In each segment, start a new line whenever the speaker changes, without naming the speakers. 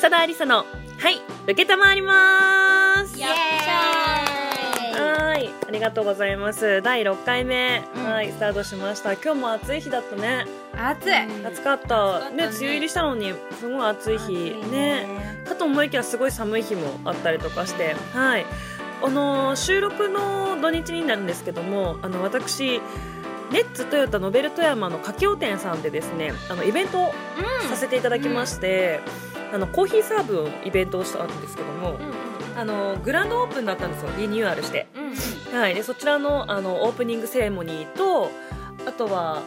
佐田ありさの、はい、受けたまわります
やっちゃ
はい、ありがとうございます。第6回目、
うん
はい、スタートしました。今日も暑い日だったね。
暑
うん
暑かった。
暑かった
ね、
ね
梅雨入りしたのに、すごい暑い日。ね。かと思いきやすごい寒い日もあったりとかして、はい。あのー収録の土日になるんですけども、あの、私、レッツトヨタノベル富山の佳境店さんでですね、あの、イベントをさせていただきまして、あの、コーヒーサーブのイベントをしたんですけども、あの、グランドオープンだったんですよ、リニューアルして。
うん
はい、でそちらのあのオープニングセレモニーとあとは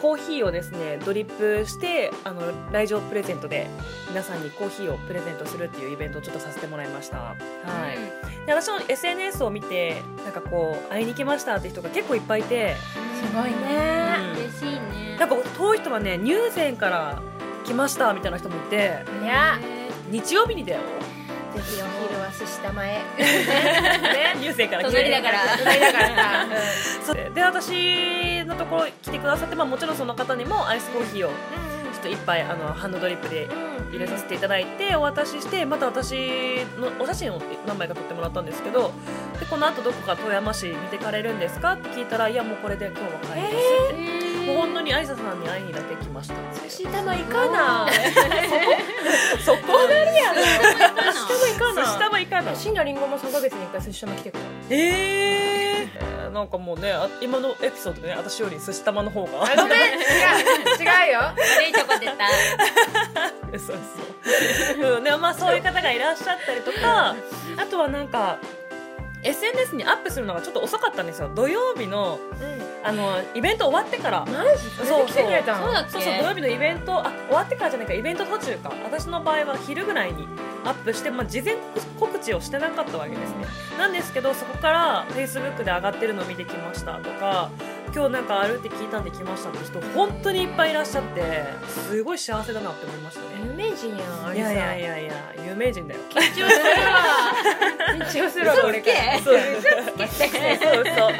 コーヒーをですねドリップしてあの来場プレゼントで皆さんにコーヒーをプレゼントするっていうイベントをちょっとさせてもらいました、はいで私の SNS を見てなんかこう会いに来ましたって人が結構いっぱいいて
すごいね嬉しいね
なんか遠い人はね入善から来ましたみたいな人もいて
いや
日曜日にだ よ、
ぜひお昼は寿司玉へ
ね、入善から来て
隣だから
隣だからさ
そうで私のところ来てくださって、まあ、もちろんその方にもアイスコーヒーをちょっと一杯あのハンドドリップで入れさせていただいてお渡ししてまた私のお写真を何枚か撮ってもらったんですけどでこの後どこか富山市見てかれるんですかって聞いたらいやもうこれで今日は帰りますって、もう本当にあいささんに会いにだけ来ました
寿司玉いかな
そこで
寿司玉いか
そした
な
らいかない
シンダリンゴも3ヶ月に1回寿司玉来てくる
ええー、なんかもうねあ今のエピソードでね私より寿司玉の方が
あごめん違う違うよ
悪いとこ出た
そうそう、うん、でもまあそういう方がいらっしゃったりとかあとはなんか SNS にアップするのがちょっと遅かったんですよ土曜日のあのイベント終わってから
マジ
そう
それで来てくれた
そう
の
だっ
そうそう土
け
曜日のイベントあ終わってからじゃないかイベント途中か私の場合は昼ぐらいにアップして、まあ、事前告知をしてなかったわけですねなんですけどそこから Facebook で上がってるのを見てきましたとか今日なんか歩いて聞いたんで来ましたって人本当にいっぱいいらっしゃってすごい幸せだなって思いましたね
有名人やんあ
い
れ
やいや
さ
いやいや有名人だよ
緊張するわ緊張するわこれから
そうそう そう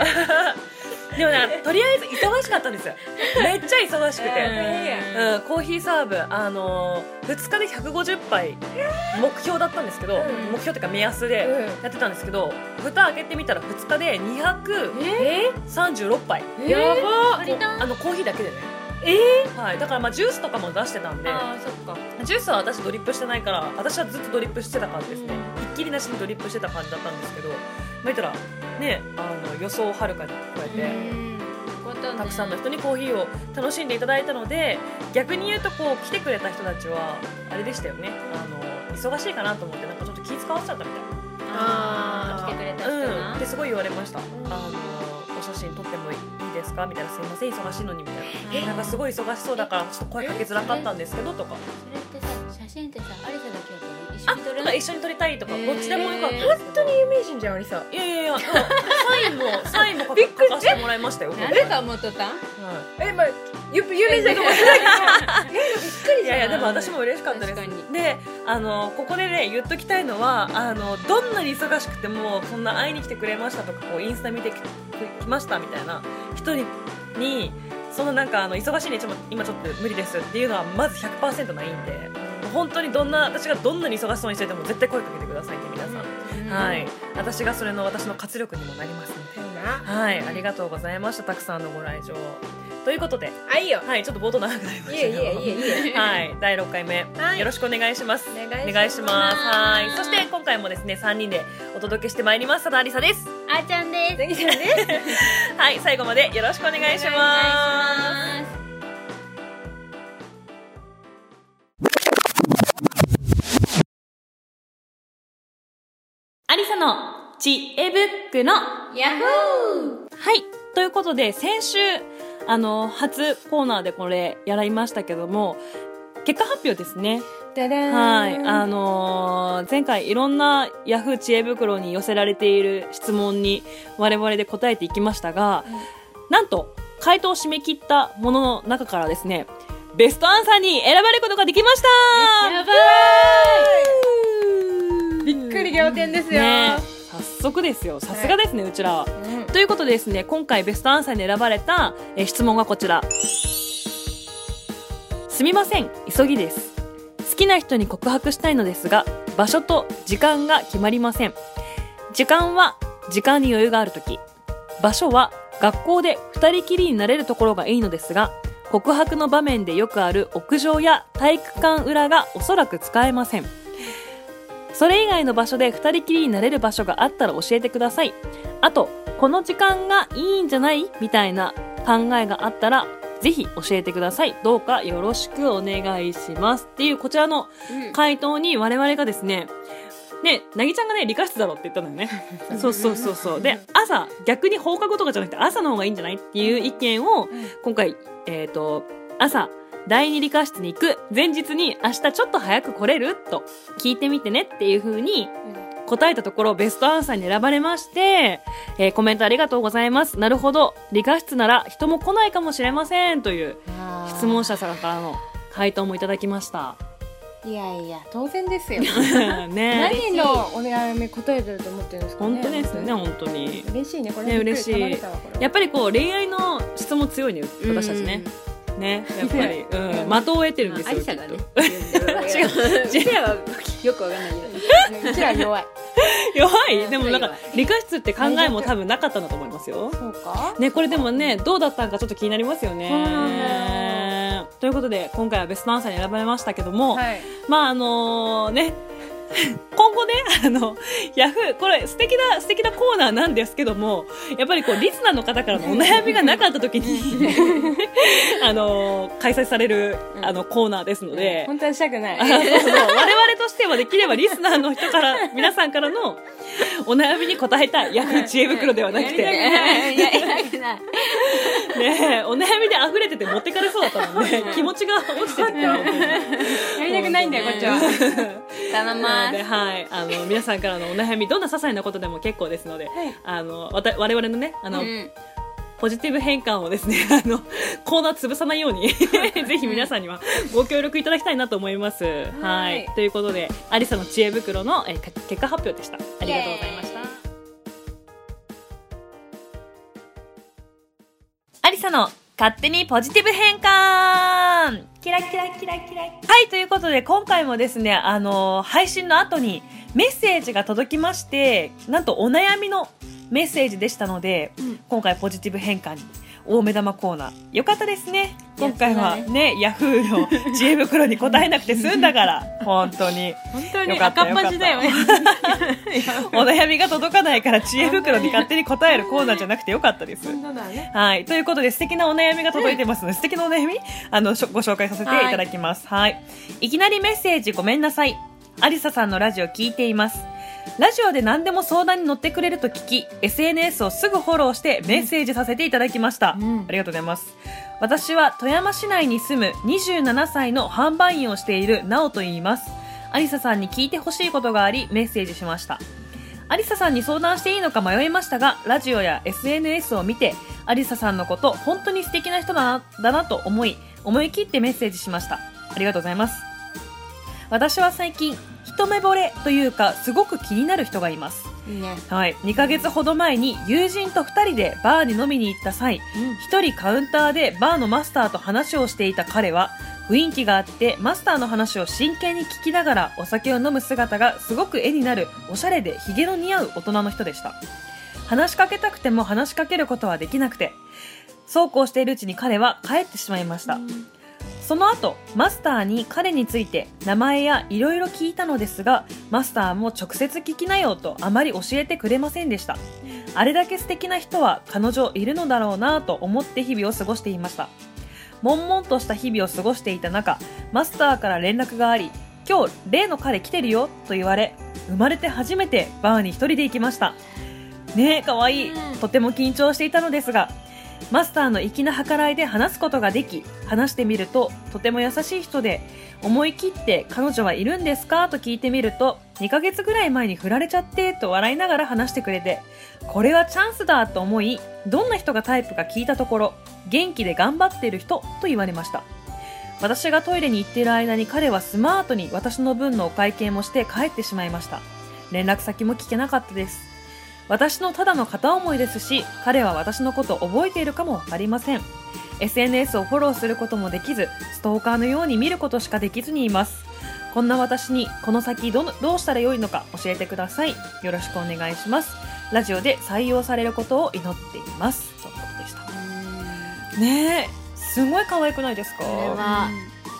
でもなんかとりあえず忙しかったんですよめっちゃ忙しくて、
う
うん、コーヒーサーブあの2日で150杯目標だったんですけど、
うん
目標っていうか目安
う
で
ん
やってたんですけど蓋開けてみたら2日で236
え
杯
やば
ん足りた
あのコーヒーだけでね
え
はい、だからまあジュースとかも出してたんで
あーそっか
ジュースは私ドリップしてないから私はずっとドリップしてた感じですね、ひっきりなしにドリップしてた感じだったんですけどまあ言ったらねあの予想をはるかに超えて、たくさんの人にコーヒーを楽しんでいただいたので逆に言うとこう来てくれた人たちはあれでしたよねあの忙しいかなと思ってなんかちょっと気遣わせちゃったみ
あー来てくれ
た
た
いな、
人
うん、
な
ってすごい言われました、あのお写真撮ってもいいですかみたいなすいません忙しいのにみたいな。
え
なんかす
い
ごい忙しそうだからちょっと声かけづらかったんですけどとか
それってさ写真ってさありさだけだと一
あ
緒に撮
な
れ
ん
な
か
い
一緒に撮りたいとか
えー
どっちでもよかったです
本当に有名人じゃんありさ
いやい やいや、うんサインも、サインも書か
びっくり
書かせてもらいましたよ。
誰がもとったん
は
えまあゆ有名人かもしれないけどえびっくり
い、い
じゃ
や
ん
いや、でも私も嬉しかったで
確か
す。
に
で、あの、ここでね、言っときたいのは、あの、どんなに忙しくても、こんな会いに来てくれましたとか、こう、インスタ見てききましたみたいな人に、にそのなんか、あの、忙しいね、ちょっと今ちょっと無理ですっていうのは、まず100%ないんで、本当にどんな、私がどんなに忙しそうにしてても、絶対声かけてくださいね、皆さん。はい。私がそれの私の活力にもなりますので。はい、ありがとうございました。たくさんのご来場。ということで、
あいいよ
はい、ちょっと冒頭長くなりま
い
し
い
たけ
えいい
ど
えいいえいいえ
はい、第6回目、
はい
よろしくお願いします。
お
お
願
願
い
い
し
し
ま
ますす。はい、そして今回もですね、3人でお届けしてまいります。佐田ありさです。
あーちゃんです
次じゃね
はい、最後までよろしくお願いします。
お願いします
ありさの知恵ブックのは
ヤッホ
い、
ー
ということで、先週、あの、初コーナーでこれやりましたけども、結果発表ですね。
だだーん
はい、あのー前回いろんなヤフー知恵袋に寄せられている質問に我々で答えていきましたが、なんと回答を締め切ったものの中からですねベストアンサーに選ばれることができました
やば
うー
びっくり仰天ですよ、
ね早速ですよさすがですね、うちらは
うん
ということでですね今回ベストアンサーに選ばれた、えー質問がこちらすみません急ぎです好きな人に告白したいのですが場所と時間が決まりません時間は時間に余裕がある時場所は学校で二人きりになれるところがいいのですが告白の場面でよくある屋上や体育館裏がおそらく使えませんそれ以外の場所で二人きりになれる場所があったら教えてくださいあとこの時間がいいんじゃないみたいな考えがあったらぜひ教えてくださいどうかよろしくお願いしますっていうこちらの回答に我々がですねね、なぎちゃんがね理科室だろって言ったのよねそうそうそうそうで朝逆に放課後とかじゃなくて朝の方がいいんじゃないっていう意見を今回、えっと朝第二理科室に行く前日に明日ちょっと早く来れると聞いてみてねっていう風に答えたところベストアンサーに選ばれまして、えーコメントありがとうございますなるほど理科室なら人も来ないかもしれませんという質問者さんからの回答もいただきました
いやいや当然ですよ
ね
何のお悩み答えてると思ってるんですかね
本当ですよね本当に
嬉しいねこれ
ね
びっくり
嬉しい
頼めたわこれ
やっぱりこう恋愛の質も強いね
うん
私たちね、ねやっぱ り、うん、的を得てるんです
あ
よ
りさがね
きっ
違ううちらはよくわかんないけど
うんうちら弱い
と弱いでも なんか
弱い
理科室って考えも多分なかったんだと思いますよ
そうか
ねこれでもねどうだったんかちょっと気になりますよね
そうなん
ということで今回はベストアンサーに選ばれましたけども、
はい
まああのね今後ね、あの、ヤフー、これ素敵な、素敵なコーナーなんですけども、やっぱりこう、リスナーの方からのお悩みがなかった時に、あの、開催される、
うん
あの、コーナーですので、
本当はしたくない
あそうそう我々としてはできればリスナーの人から、皆さんからのお悩みに答えたい、ヤフー知恵袋ではなくて、ね
いやい やいや
えお悩みで溢れてて持ってかれそうだったもんね、気持ちが落ちてて。
やりたくないんだよこっちは
頼
な
ま
ので、
す
はい、あの皆さんからのお悩みどんな些細なことでも結構ですので、あのわた我々のねあの、
うん
ポジティブ変換をですね あのコーナー潰さないようにぜひ皆さんにはご協力いただきたいなと思います。はい
はい
ということでアリサの知恵袋のえーか結果発表でした。ありがとうございました
イエーイ。
アリサの勝手にポジティブ変換
キラキラキラキラ
はい、ということで今回もですね、あのー配信の後にメッセージが届きまして、なんとお悩みのメッセージでしたので、
うん
今回ポジティブ変換に大目玉コーナー。よかったですね。今回は
そうだ
ね、ヤフーの知恵袋に答えなくて済んだ から、本当に。
本当
よ
に
かった
赤っ端だよね
お悩みが届かないから知恵袋に勝手に答えるコーナーじゃなくてよかったです。
本当だね
はい。ということで、素敵なお悩みが届いてますので、素敵なお悩み、あの、しょご紹介させていただきます。はいい。きなりメッセージごめんなさい。ありささんのラジオ聞いています。ラジオで何でも相談に乗ってくれると聞き、SNS をすぐフォローしてメッセージさせていただきました。
うん
ありがとうございます。私は富山市内に住む27歳の販売員をしているなおと言います。ありささんに聞いてほしいことがあり、メッセージしました。ありささんに相談していいのか迷いましたが、ラジオや SNS を見て、ありささんのこと、本当に素敵な人だな、だなと思い、思い切ってメッセージしました。ありがとうございます。私は最近、一目惚れというか、すごく気になる人がいます。
いいね
はい。2ヶ月ほど前に、友人と2人でバーに飲みに行った際、一人カウンターでバーのマスターと話をしていた彼は雰囲気があってマスターの話を真剣に聞きながらお酒を飲む姿がすごく絵になるおしゃれでひげの似合う大人の人でした話しかけたくても話しかけることはできなくてそうこうしているうちに彼は帰ってしまいました、その後マスターに彼について名前やいろいろ聞いたのですがマスターも直接聞きなよとあまり教えてくれませんでしたあれだけ素敵な人は彼女いるのだろうなぁと思って日々を過ごしていました悶々とした日々を過ごしていた中マスターから連絡があり今日例の彼来てるよと言われ生まれて初めてバーに一人で行きましたねえかわいい
うん
とても緊張していたのですがマスターの粋な計らいで話すことができ話してみるととても優しい人で思い切って彼女はいるんですかと聞いてみると2ヶ月ぐらい前に振られちゃってと笑いながら話してくれてこれはチャンスだと思いどんな人がタイプか聞いたところ元気で頑張ってる人と言われました私がトイレに行っている間に彼はスマートに私の分のお会計もして帰ってしまいました連絡先も聞けなかったです私のただの片思いですし彼は私のことを覚えているかもわかりません SNS をフォローすることもできずストーカーのように見ることしかできずにいますこんな私にこの先どのどうしたらよいのか教えてくださいよろしくお願いしますラジオで採用されることを祈っていますとのことでしたねえすごい可愛くないですか
これは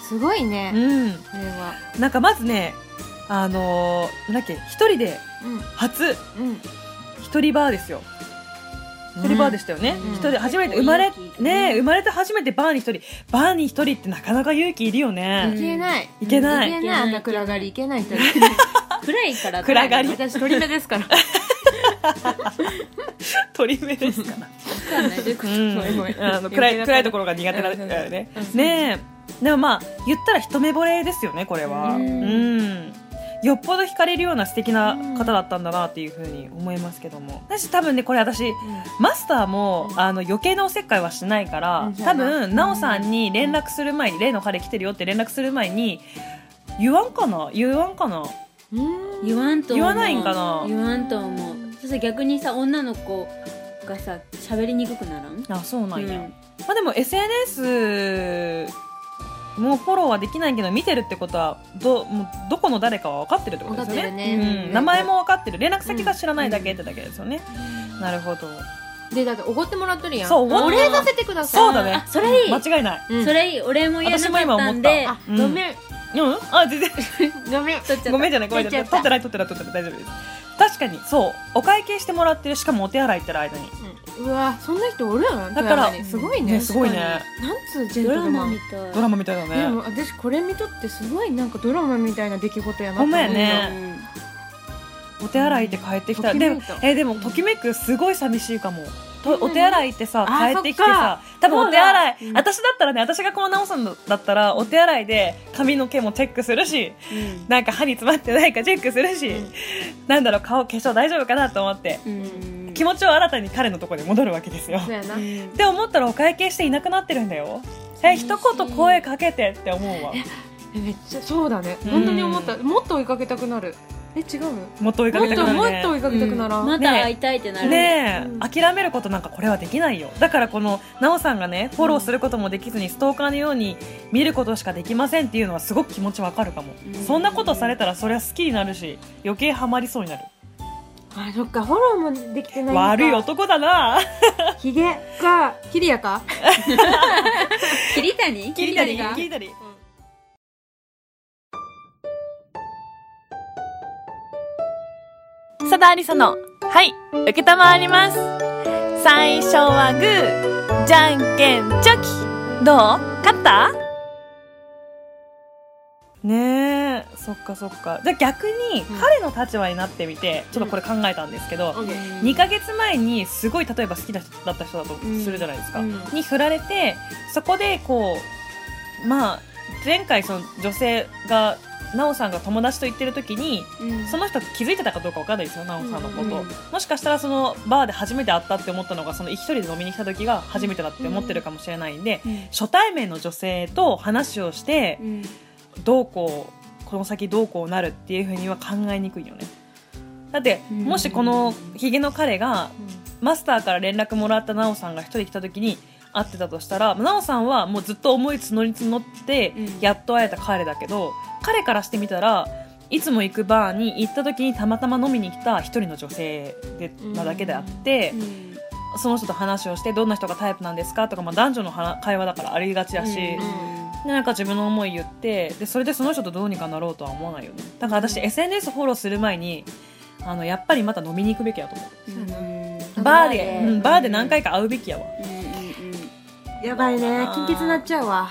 すごいね
うん
これは
なんかまずねあのー、なんだっけ一人で初
うんうん
一人バーですよ一人バーでしたよね、
うん
一人で初めて生まれ
結構勇気いる
ねえ生まれて初めてバーに一人バーに一人ってなかなか勇気いるよね、
いけない
いけない
いけ
いけ
ない
ない
あんな暗がりいけない人
暗いから
暗がり
私鳥目ですから
鳥目ですから、
わかんないどういうこと
うん
ごめんごめん
あの暗い
余計な
暗いところが苦手なんだよね
うんうん
ねえでもまあ言ったら一目惚れですよねこれはう
うんん
よっぽど惹かれるような素敵な方だったんだなっていうふうに思いますけども私多分ねこれ私マスターも、
うん
あの余計なおせっかいはしないから、
うん
多分奈緒さんに連絡する前に、例の彼来てるよって連絡する前に言わんかな言わんかな
うん
言わんと思
言
う
わないんかな
言わんと思うそしたら逆にさ女の子がさ喋りにくくならん
あそうなんや、
うん
まあでも SNS もフォローはできないけど見てるってことはどもうどこの誰かは分かってるってことですよね
分かってるね
うん名前も分かってる連絡先が知らないだけってだけですよね、なるほど
でだっておごってもらっとるやん
そうおごっ
お礼させてください
そうだね
あそれいい
間違いない
うん
それいいお礼も言えなかったんで
あ
うん
ごめん
うんあ全然
ごめん
取っちゃった
ごめんじゃないごめんじゃない取って
ない
ない取ってない取ってない大丈夫です確かにそうお会計してもらってるしかもお手洗い行ってる間に
うわそんな人おるやん
だから
富山にすごいね
ねすごいね
なんつうジェン
ド
ト
ラ
ルマ
マ
ン
みたい
ドラマみたい
で
だね
も私これ見とってすごいなんかドラマみたいな出来事やなと
ほんまや
思
ねお手洗い行って帰ってきた、
うん
でも
ときめいた
えでもときめくすごい寂しいかもとお手洗い行ってさ
あ
帰ってきてさ多分お手洗い、
そうだうん
私だったらね私がこの直さんだったらお手洗いで髪の毛もチェックするし
うん
なんか歯に詰まってないかチェックするし、
うん
なんだろう顔化粧大丈夫かなと思って
うん
気持ちを新たに彼のところに戻るわけですよ
そうやな
うん
って思ったらお会計していなくなってるんだよえ一言声かけてって思うわ
えめっちゃそうだね
うん
本当に思ったもっと追いかけたくなるえ違うのも
もっと追いかけ
った
く
とも
な
っと追
る
いかけたくならん
また会いたいってな
ね
る
ねえ、
うん
諦めることなんかこれはできないよだからこの奈緒さんがねフォローすることもできずにストーカーのように見ることしかできませんっていうのはすごく気持ちわかるかも、
うん
そんなことされたらそりゃ好きになるし余計ハマりそうになる、
あそっかフォローもできてないのか
悪い男だな
ヒゲかキリヤか
桐谷
桐
た
谷
り
が
聞いたり
さだありさの、はい、受けたまわります。最初はグー、じゃんけんチョキ。どう勝った
ねえそっかそっかじゃあ逆に
うん
彼の立場になってみて、ちょっとこれ考えたんですけど、
オッケー
2ヶ月前にすごい例えば好きな人だった人だとするじゃないですか、
うん
に振られてそこでこうまあ前回その女性が奈緒さんが友達と行ってる時にその人気づいてたかどうかわかんないですよ奈緒さんのこと、
うん
もしかしたらそのバーで初めて会ったって思ったのがその一人で飲みに来た時が初めてだって思ってるかもしれないんで、
うん
初対面の女性と話をして
うん
どうこうこの先どうこうなるっていうふうには考えにくいよねだって
うん
もしこのヒゲの彼がマスターから連絡もらった奈緒さんが一人来た時に会ってたとしたら奈緒さんはもうずっと思い募り募って
うん
やっと会えた彼だけど、彼からしてみたらいつも行くバーに行った時にたまたま飲みに来た一人の女性でなだけであって、
うん
その人と話をしてどんな人がタイプなんですかとか、まあ、男女の話会話だからありがちだし、
うん
でなんか自分の思い言ってでそれでその人とどうにかなろうとは思わないよねだから私 SNS フォローする前にあのやっぱりまた飲みに行くべきやと思う
そうや
うん
バーで、うん、バーで何
か
回か会うべきやわ
うんうんうん
やばいね金欠なっちゃうわ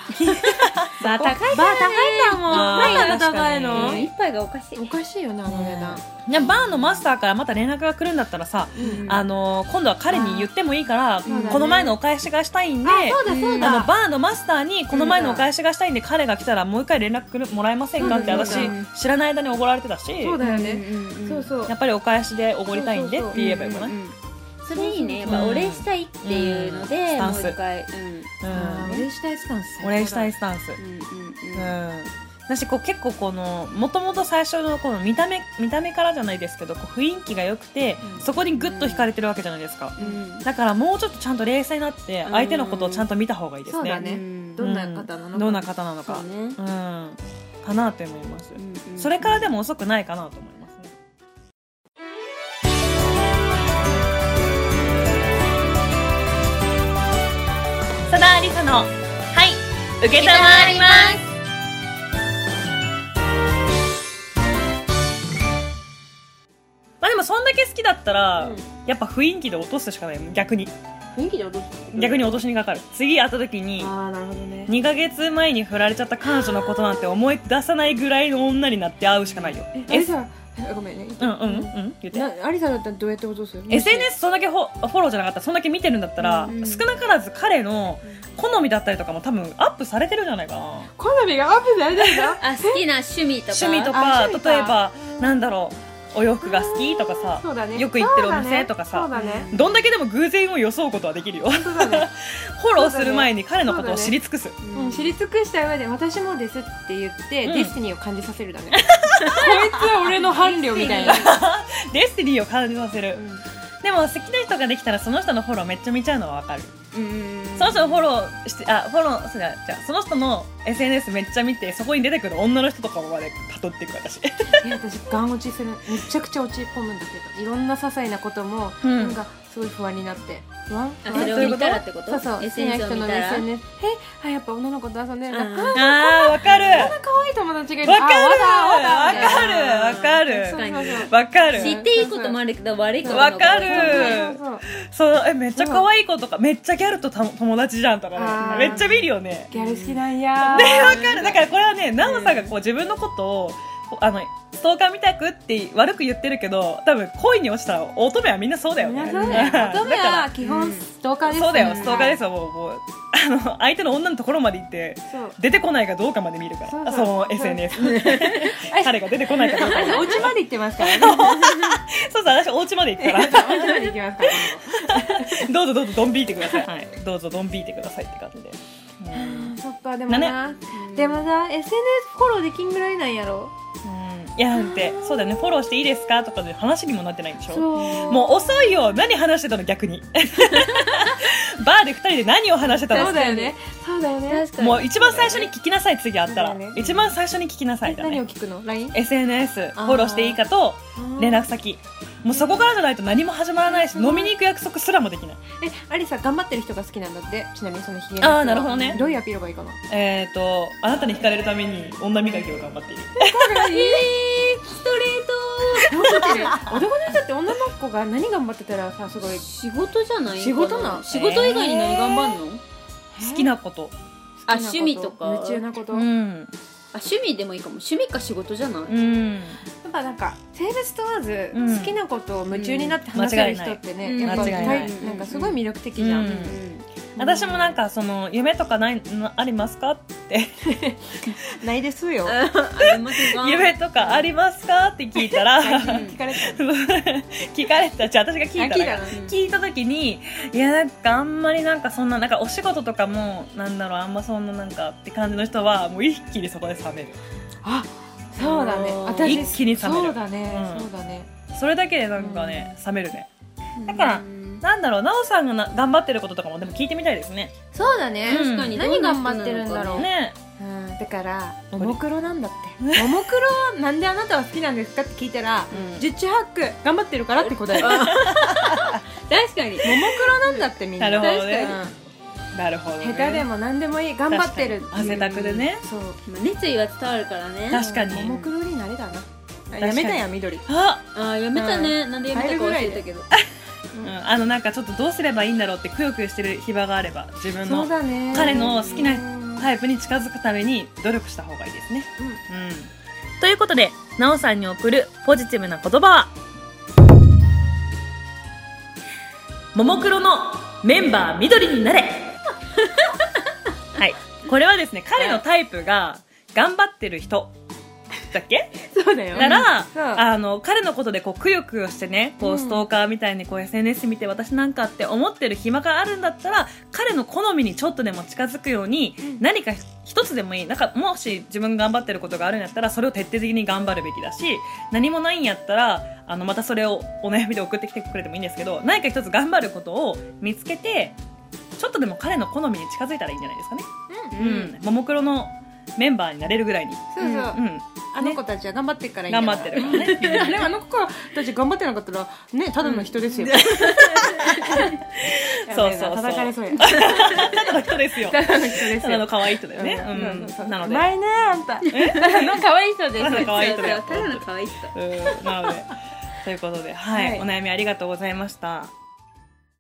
バー高い
バー高いかも
あー
バーが高
確
いの
かに
一杯がおかしい
おかしいよねあの値段
ねバーのマスターからまた連絡が来るんだったらさ、
うん
あの今度は彼に言ってもいいから、
そうだね
この前のお返しがしたいんで
あそうだそう
あの
だ
バーのマスターにこの前のお返しがしたいんで彼が来たらもう一回連絡くるもらえませんかって
そうだ
私
そうだ
知らない間におごられてたし
そうだよね
うんうんうん
そうそう
やっぱりお返しでおごりたいんでって言えばよくない、
う
うんん
うんうんそれいいねやっぱお礼したいっていうの
うんス
で
タ
も
ン
う
ス
一回うん
あーお礼したいスタンス
お礼したいスタンス、
うん
うん私こう結構このもともと最初のこの見た目見た目からじゃないですけどこう雰囲気が良くて、
うん
そこにグッと惹かれてるわけじゃないですか、
うんうん
だからもうちょっとちゃんと冷静になって
うん
相手のことをちゃんと見た方がいいです
そう
ね。
だね
うん
どんな方なのか
うんどんな方なの
そ
か
うね
うんかなと思います、
うんうん
それからでも遅くないかなと思いますね
さだありさの、はい、受けたまわります。
まあでもそんだけ好きだったら、
うん
やっぱ雰囲気で落とすしかない逆に
雰囲気で踊って
逆
に
に落としにかかる次会った時に
ああなるほどね
2ヶ月前に振られちゃった彼女のことなんて思い出さないぐらいの女になって会うしかないよ
えアリ
S
サえごめんね
うんうんうん言って
なアリサだったらどうやって踊るす
SNS そんだけフォフォローじゃなかったらそんだけ見てるんだったら、
うん
少なからず彼の好みだったりとかも多分アップされてるんじゃないかな
好みがアップされてるの
あ好きな趣味とか
趣味と
あ
か
趣味か
例えばなんだろうお洋服が好きとかさ
そうだね
よく行ってるお店とかさ
そうだね
どんだけでも偶然を装うことはでき るよフ
そうだね
ォローする前に彼のことを知り尽くす、
うん知り尽くした上で私もですって言って、
うん
デスティニーを感じさせるだね こいつは俺の伴侶みたいな、
デスティニーを感じさせる
うん
でも好きな人ができたらその人のフォローめっちゃ見ちゃうのはわかる
うん
その人のフォローしてあフォローそうだじゃあその人の SNS めっちゃ見てそこに出てくる女の人とかまでたどっていく 私
いや私ガン落ちするめちゃくちゃ落ち込むんだけどいろんな些細なことも、
うん
なんかすごい不安になって不安
あ
そう
それ
いうこ
を見
と
たらってこと
そうそう好きな
SNS を
人
見
の
たら
SNS えあやっぱ女の子と遊んでるな、
うん
あーわかる
可愛い友達がいる
わかる
あわだわだ
わかるわかる
そうそうそう
わかる
知っていいこともあるけど悪いことも
わかる
そうそうそう
そうえめっちゃ可愛い子とかめっちゃギャルとた友達じゃんとか
あ
ね
ー
めっちゃ見るよね
ギャル好きなんや
ねわかるだからこれはねナオさんがこう自分のことをこうあのストーカーみたくって悪く言ってるけど多分恋に落ちたら乙女はみんなそうだよね
皆さんね乙女
だから
は基本ストーカーです
そうだよストーカーですすよもうもうあの相手の女のところまで行って
そう
出てこないかどうかまで見るから
そう
そ
そう
の SNS 彼が出てこないかど うか
お家まで行ってますからね。お家
そうそう私お家まで行くから
まで行きますから。
どうぞどうぞドン引いてください、はい、どうぞドン引いてくださいって感じで、うん
そっかでもな、
うん
でもさ SNS フォローできんぐらいなんやろ
うんいやなんてそうだよねフォローしていいですかとかで話にもなってないんでしょ
そう
もう遅いよ何話してたの逆に バーで2人で何を話してた
そう
の
だよねそうだよね
確かに
もう一番最初に聞きなさい次会ったら、
そうだよね
一番最初に聞きなさいだ
何
ね
を聞くの LINE?
SNS フ
あー
ォローしていいかと連絡先もうそこからじゃないと何も始まらないし
うん
飲みに行く約束すらもできない
えありさ頑張ってる人が好きなんだってちなみにそのヒゲの人
あーなるほどね
どういうアピールがいいかな
えっ、ー、とあなたに惹かれるために女磨きを頑張っている
え
ストレー
ー、男ってる男の人って女の子が何頑張ってたらさすごい
ト仕事じゃない
仕事なん
仕事以外に何頑張んの
好きなこと
あ
好きなこと
趣味とか
夢中なこと、
う
やっ
ん
あ趣味でもいいかも趣味か仕事じゃない
うん
ぱなんか性別問わず、
うん
好きなことを夢中になって話せる人ってね、
うん
やっぱ
間違いない
大なんかすごい魅力的じゃん、
うん
う
私もなんかその夢とかないなありますかって
ないですよ
んあでもすごい
夢とかありますかって聞いたら
うん
聞かれてた
聞かれたじゃあ私が聞いた
あ聞い
ら
たの
聞いた時にいやなんかあんまりなんかそんななんかお仕事とかもなんだろうあんまそんななんかって感じの人はもう一気にそこで冷める
あそうだね
うん
私
一気に冷める
そうだね、
うん
そうだね
それだけでなんかね、冷めるねだか
う
ら
ん
なんだろうなおさんがな頑張ってることとかもでも聞いてみたいですね
そうだね
確かに
何頑張ってるんだろう
ね
うんだからももクロなんだってももクロなんであなたは好きなんですかって聞いたら十中八九頑張ってるからって答えるももク
確かに
ロなんだってみんな
なるほどね
確か
なるほど、
に
ね、
下手でも何でもいい頑張ってる
確かに汗だくでね
そう
まあ熱意は伝わるからね
確かに
ももクロになれだなあ
かに
やめたやん緑
あ、
あーやめたねなんでやめたか忘れたけど
うん、あのなんかちょっとどうすればいいんだろうってくよくよしてる暇があれば自分
そ
の
うだね
彼の好きな
は
タイプに近づくために努力した方がいいですね。うん。ということで、なおさんに送るポジティブな言葉は、ももクロのメンバー緑にな れはい。これはですね、彼のタイプが頑張ってる人。だっけ
そうだよ
なら、
そう
あの、彼のことでこう、くよくよしてね、こ
う
う、
ん
ストーカーみたいにこう、SNS 見て私なんかって思ってる暇があるんだったら、彼の好みにちょっとでも近づくように、何か一つでもいい。なんか、もし自分が頑張ってることがあるんだったら、それを徹底的に頑張るべきだし、何もないんやったら、あの、またそれをお悩みで送ってきてくれてもいいんですけど、何か一つ頑張ることを見つけて、ちょっとでも彼の好みに近づいたらいいんじゃないですかね。
うん
うん。ももクロのメンバーになれるぐらいに、
そうそう、
うん、
あの子たちは頑張ってるからいいんだ
頑
か
張
ら
ってるからね
あれあの子たち頑張ってなかったらねただの人ですよ、
そうそうそう
叩かれそうや
ただの人ですよ
ただの人ですよ
ただの可愛い人だよね、
う
うんん
そうそうそう
なの
う
で、
まいねあんたただの可愛い人です
ただの可愛い人だよ
そうそうただの可愛い人
うんなのでということではい、
はい
お悩みありがとうございました